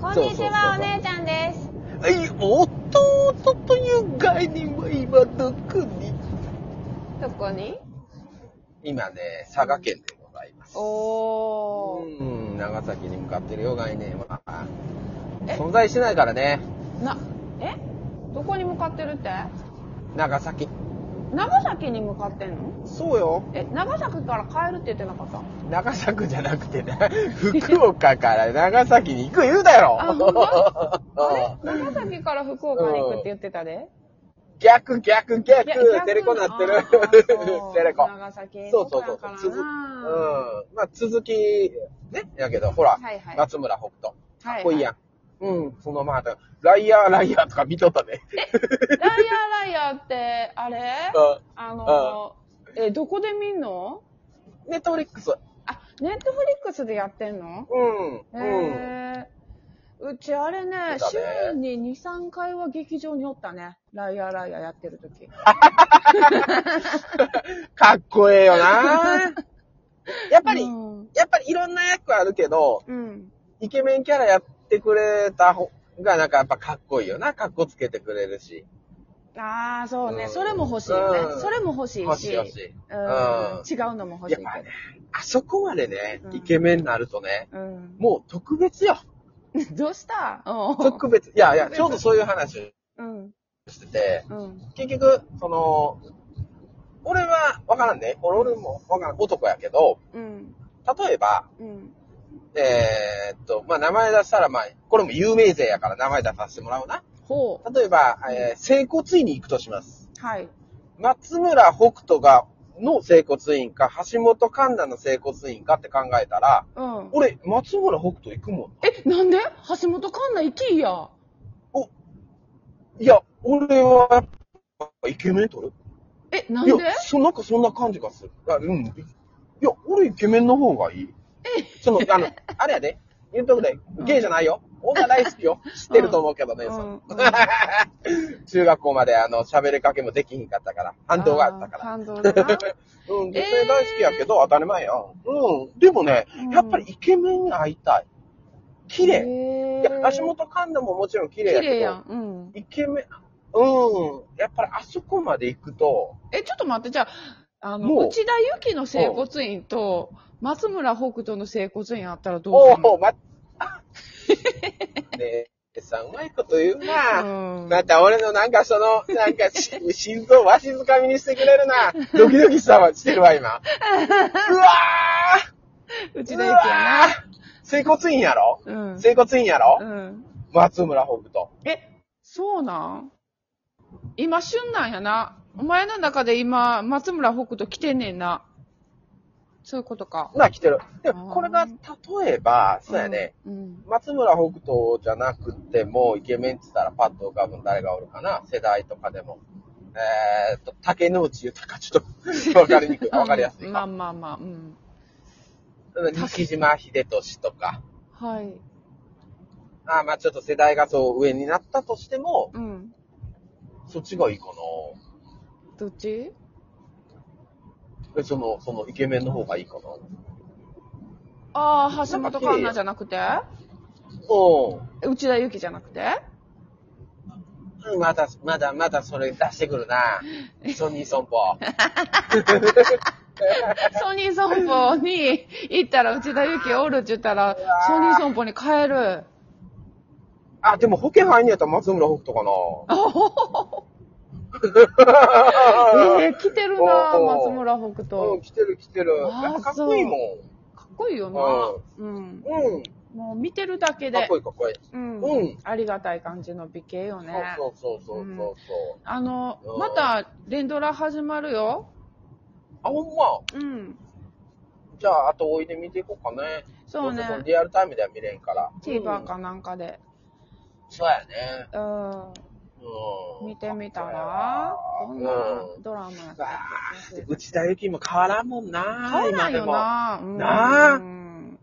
こんにちは、お姉ちゃんです。はい、弟という概念は今どこにどこに今ね、佐賀県でございます。おー。うん、長崎に向かってるよ、概念は。え存在しないからね、な、えどこに向かってるって長崎。長崎に向かってんのそうよ。え、長崎から帰るって言ってなかった長崎じゃなくてね、 福岡から長崎に行く言うだあほん ろあれ長崎から福岡に行くって言ってたで。逆、逆、逆いや逆テレコなってるあーそう。 テレコ。長崎そうそうそう。から続、うん。な。まあ、続き、ね、やけど、ほら、はいはい松村北斗。はいかっこいいやん。うん、そのまあ、ライヤー、ライヤーとか見とったね。ライアーライアーって、あれあの、え、どこで見んのネットフリックス。あ、ネットフリックスでやってんのうん、うん。へーうちあれね、そうだ週ねに2、3回は劇場におったね。ライアーライアーやってる時。かっこええ よなやっぱり、うん。やっぱりいろんな役あるけど、うん。イケメンキャラやってくれた方がなんかやっぱかっこいいよな。かっこつけてくれるし。ああ、そうね、うんそれも欲しいよね。うんそれも欲しいし。欲しい欲しい。うんうん違うのも欲しいやっけぱね、あそこまでねう、んイケメンになるとね、ど。うん。もう特 別よ。どうしたう特別。いやいや、ちょうどそういう話をん。してて、うん。結局、その、俺はわからんね。俺俺もわからん。男やけど、うん。例えば、うん。えーっと、まあ、名前出したら、まあ、これも有名税やから名前出させてもらうな。ほ例えば、えー、整骨院に行くとします。う。はい。松村北斗が、の整骨院か、橋本環奈の整骨院かって考えたら、うん。俺、松村北斗行くもん。え、なんで橋本環奈行きいや。いや、俺は、やっぱイケメンとるえ、なんいでや、そ、なんかそんな感じがする。あうん。いや、俺イケメンの方がいい。その、あの、あれやで、言うとくで、ゲイじゃないよ。女大好きよ。知ってると思うけどね、うんその うん中学校まであの、喋りかけもできひんかったから、反動があったから。あー反動だな。うん、女性大好きやけど、当たり前や。うん。でもね、うんやっぱりイケメンに会いたい。綺麗。へいやー、橋本環奈ももちろん綺麗や綺け麗やどん。、うん。イケメン、うん。やっぱりあそこまで行くと、え、ちょっと待って、じゃあ、あもの、う内田有紀の整骨院と、松村北斗の整骨院あったらどうするおお、ま、ねえ、さ、うまいこと言うな。うんまた俺のなんかその、なんかし心臓わしづかみにしてくれるな。ドキドキしたわ、してるわ、今。うわ内ー田う有わ紀やー整骨院やろな。うん。整骨院やろ、うん。松村北斗。え、そうなん今、旬なんやな。お前の中で今、松村北斗来てんねんな。そういうことか。な、来てる。であーも、これが、例えば、そうやね、うん。松村北斗じゃなくても、イケメンって言ったらパッと浮かぶの誰がおるかな世代とかでも。えーっと、竹野内豊、ちょっと、わかり にくい。うん。わかりやすいか。まあまあまあ、うん。西島秀俊とか、はい。あーまあちょっと世代がそう上になったとしても、うん。そっちがいいかどっちな。その、そのイケメンの方がいいかな。ああ、橋本環奈じゃなくてう内田有紀じゃなくてん。まだ、まだ、まだそれ出してくるな。ソニーソンポ。ソニーソンポに行ったら内田有紀おるって言ったら、ソニーソンポに帰る。あ、でも保険入んねやったら松村北斗かな。 えー、来てるなおー松村北う斗。ん、来てる来てる。あーやっぱかっこいいもん。かっこいいよな。うん。うん。もう見てるだけかっでこ、いいかっこいい。うんうんありがたい感じの美形よね。そうそうそうそうそうそう。あのう、んまた、連ドラ始まるよ。あ、ほんま。うん。じゃあ、あとおいで見ていこうかね。そうどうせそねの。リアルタイムでは見れんから。 TVer うんかなんかで。そうやね。うん。うん。見てみたら、どんなドラマやったっけ内田有紀も変わらんもんな。変わらんよな。うんなあうん今でも。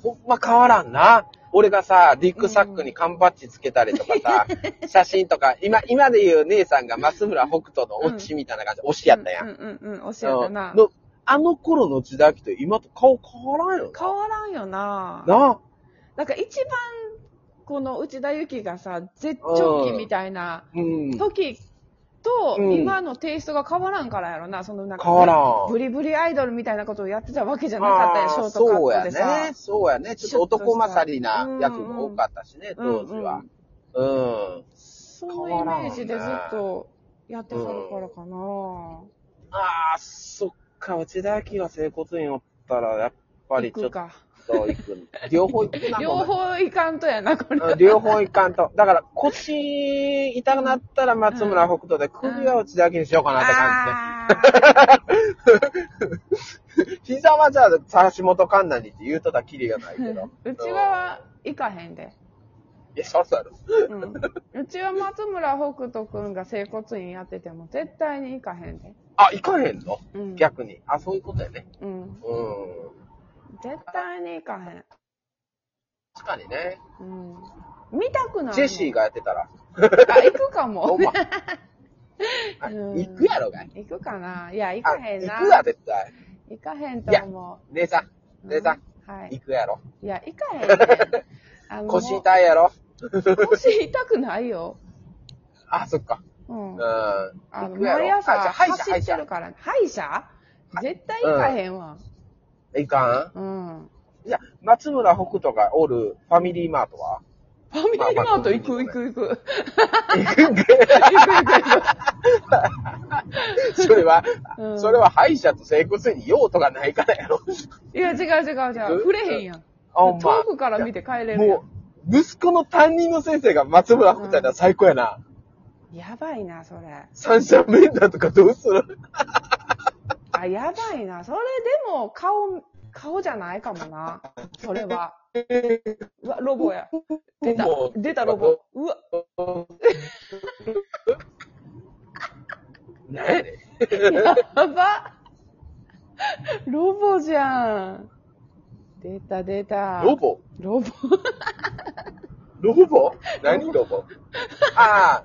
ほんま変わらんな。俺がさ、ディックサックに缶バッジつけたりとかさ、写真とか、今、今で言う姉さんが松村北斗のオチみたいな感じで推しやったやん。うんうんうん、おしゃれだなうん。のあの頃の内田有紀と今と顔変わらんよな。変わらんよな。ななんか一番この内田有紀がさ、絶頂期みたいなうん。時と、うん今のテイストが変わらんからやろな、そのなんか、変わらんブリブリアイドルみたいなことをやってたわけじゃなかったやん、あショートーカそうッやトでさ。ね。そうやね。ちょっと男勝りなやつも多かったしね、うんう当ん時は。うん。そのイメージでずっとやってはるからかな、ああ、そっか、内田明が整骨院おったら、やっぱり行ちくょっとか。行く。両方行くな、両方いかんとやな、これ。うん両方いかんと。だから、腰痛くなったら松村北斗で、首は内田明にしようかなって感あーじで。膝はじゃあ、橋本環奈にって言うとたらきりがない けど。 うちは行かへんで。いや、そうそうです。うん、うちは松村北斗くんが整骨院やってても絶対に行かへんで。あ、行かへんのうん。逆に。あ、そういうことやね。うん。うん。絶対に行かへん。確かにね。うん。見たくない。ジェシーがやって たら、あ、行くかもお。前、あうん行くやろがい。行くかな。いや、行あ、かへんな。行くや、絶対。行かへんと思姉さん、う。姉さん、うん。はい行。くやろ。いや、行かへんね。あの 腰痛いやろ。腰痛くないよ。あ、そっか。うんうん。。ああの、毎朝歯医者、走歯医って者る。から。歯医者絶対行かへんわ。いかうん。んいや、松村北斗がおるファミリーマート はファミリーマート行く行く行く。行くんかいそれは、うんそれは歯医者と整骨院に用途がないからやろ。いや、違う違う違う。触れへんやん。あほんま遠くから見て帰れるやもう、息子の担任の先生が松村北斗やったら最高やな。ん。やばいな、それ。三者面談とかどうする あ、やばいな。それでも、顔、顔じゃないかもな。それは。うわ、ロボや。出たも。う出たロボ。うわ、ねやねんやば。ロボじゃん。出た、出た。ロボロボ。 ロボ何ロボあ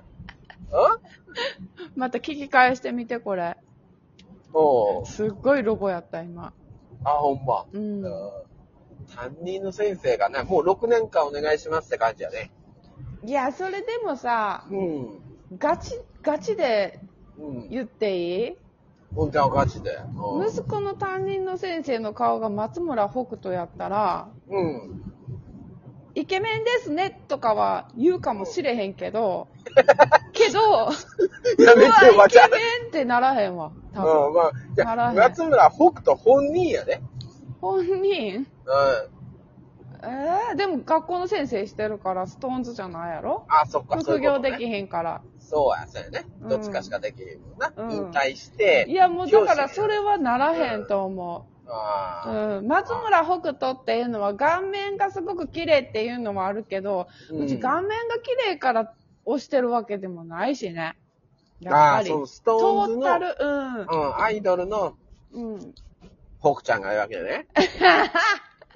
あ。んまた聞き返してみて、これ。おうすっごいロボやった、今。あ、ほんま。うん。担任の先生がね、もう6年間お願いしますって感じやね。いや、それでもさ、うん。ガチ、ガチでうん。言っていい本当はガチで。う息子の担任の先生の顔が松村北斗やったら、ん。うん。イケメンですねとかは言うかもしれへんけ ど、けど、やうめてよ、わ、わイちケゃ。メンってならへんわ。う多分ん、まあ、いならへや、ん松村北斗本人やね。本人うん。えー、でも学校の先生してるから、ストーンズじゃないやろあ、そっか、そう副いう業ことねできへんから。そうや、そうやね。うんどっちかしかできへんもんな。うん引退して。いや、もうだから教師それはならへんと思う。あうん。松村北斗っていうのは顔面がすごく綺麗っていうのもあるけど、うんうち顔面が綺麗から押してるわけでもないしね。あ。やっあぱあ、り。そトう、ストーンズーの、タル、うん。うん、アイドルのうん。北ちゃんがいるわけだね。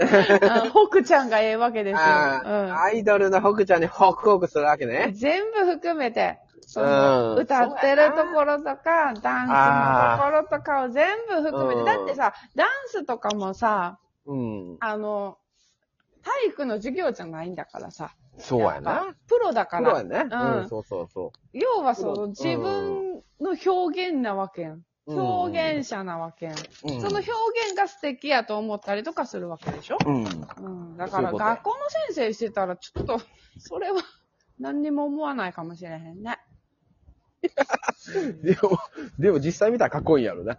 あホクちゃんがええわけですよ。ああ、アイドルの北ちゃんにホクホクするわけうん。ね。全部含めて、そうんの歌ってるところとか、ダンスのところとかを全部含めうて、んだってさ、ダンスとかもさ、うん。あの、体育の授業じゃないんだからさ。そうややっなぱ。プロだかそうら。やね。うんうん、そうそうそ要はそプロの自分の表現なわけやん。うん。表現者なわけやん。そううのん表現が素敵やと思ったりとかするわけでしょうん。うん。だからそういうことや学校の先生してたらちょっと、 それは何にも思わないかもしれへんね。でも、でも実際見たらかっこいいやろな。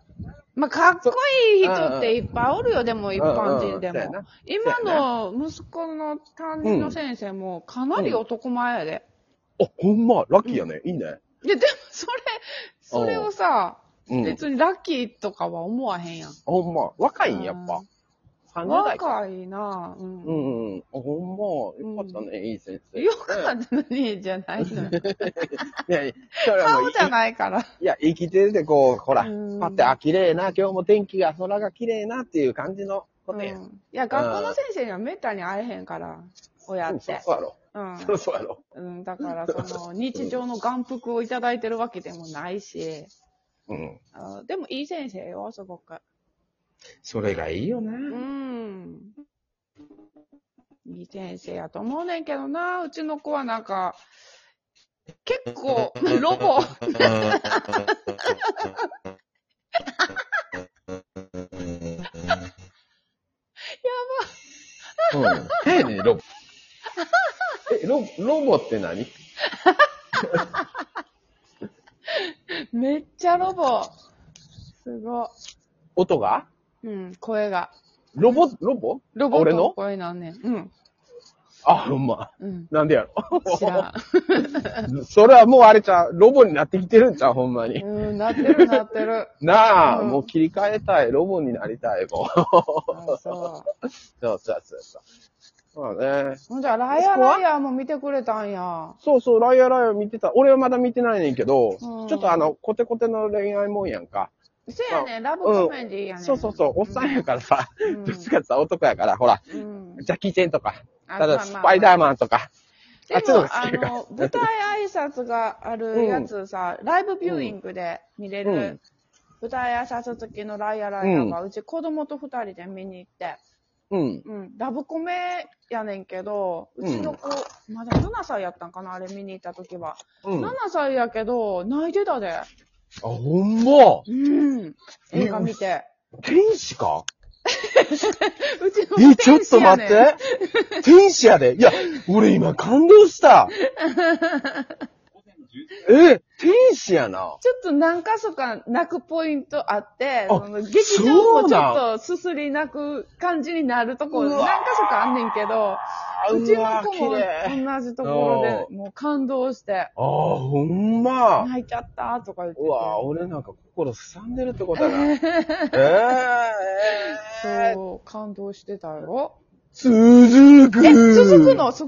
まあ、かっこいい人っていっぱいおるよ、でも一般人でうんうんそうやもな。今の息子の担任の先生もかなり男前やで。あ、ほんま、ラッキーやね。いいね。いや、でもそれ、それをさ、うん別にラッキーとかは思わへんやん。ほんま、若いんやっぱ。30代か。若いなぁ。うんうんうん。あ、ほんま、よかったね、いい先生。よかったのにじゃないのよ。いやいや、 それはもう顔じゃないから。いや、生きてるで、こう、ほら、パうんって、あ、綺麗な、今日も天気が、空が綺麗なっていう感じのことや。ううんいや、学校の先生にはめったに会えへんから、親んっそうて。そうやろ。うんそうそうやろ。うん。だから、その、日常の眼福をいただいてるわけでもないし、うん。あでもいい先生よ、すごく。それがいいよね。うん。いい先生やと思うねんけどな。うちの子はなんか、結構、ロ ボ。やばい。うん。ええねロボ。え、ロ、ロボって何めっちゃロボ。すご音がい。うん、声が。ロボ、ロボロボッ俺トのの声なんねん。うん。あ、ほんま。 うん。なんでやろ。知らそれはもうあれちゃう、ロボになってきてるんちゃう、ほんまにん。。うん、なってるなって る。なあ、うんもう切り替えたい、ロボになりたい、もう。 あそう。そうそうそうそう。まあね。ほんじゃ、ライアーライアーも見てくれたんや。そうそう、ライアーライアー見てた。俺はまだ見てないねんけど、うんちょっとあの、コテコテの恋愛もんやんか。せやねん、ラブコメディやねん。そうそうそう、おっさんやからさ、うんどっちかってさ、男やから、ほら、うん。ジャッキー・チェンとか、あ ただまあスまあパイダーマンとか、あっちでのも方、が好あきやからの、舞台挨拶があるやつ さ、ライブビューイングで見れる、うん舞台挨拶付きのライアライアが、うち子供と二人で見に行って、うん。うん、ラブコメやねんけど、ううんちの子、まだ7歳やったんかな、あれ見に行った時は。うん。 7あ、歳やけど、泣いてたで。ほんまうん。映画見て。天使かうちの子え、ちょっ天と使や待ねっんて。天使やで。いや、俺今感 動した。え、天使やな。ちょっと何か所か泣くポイントあって、そあの劇場そもうちなんょっとすすり泣く感じになるところ、う何わか所かあんねんけど、あうちのわ子綺も麗。同じところでもう感動して、あー、ほんま。泣いちゃったとか言ってて。うわぁ、俺なんか心すさんでるってことや な。えぇー。そう、感動してたよ。続くえ、続くのすごい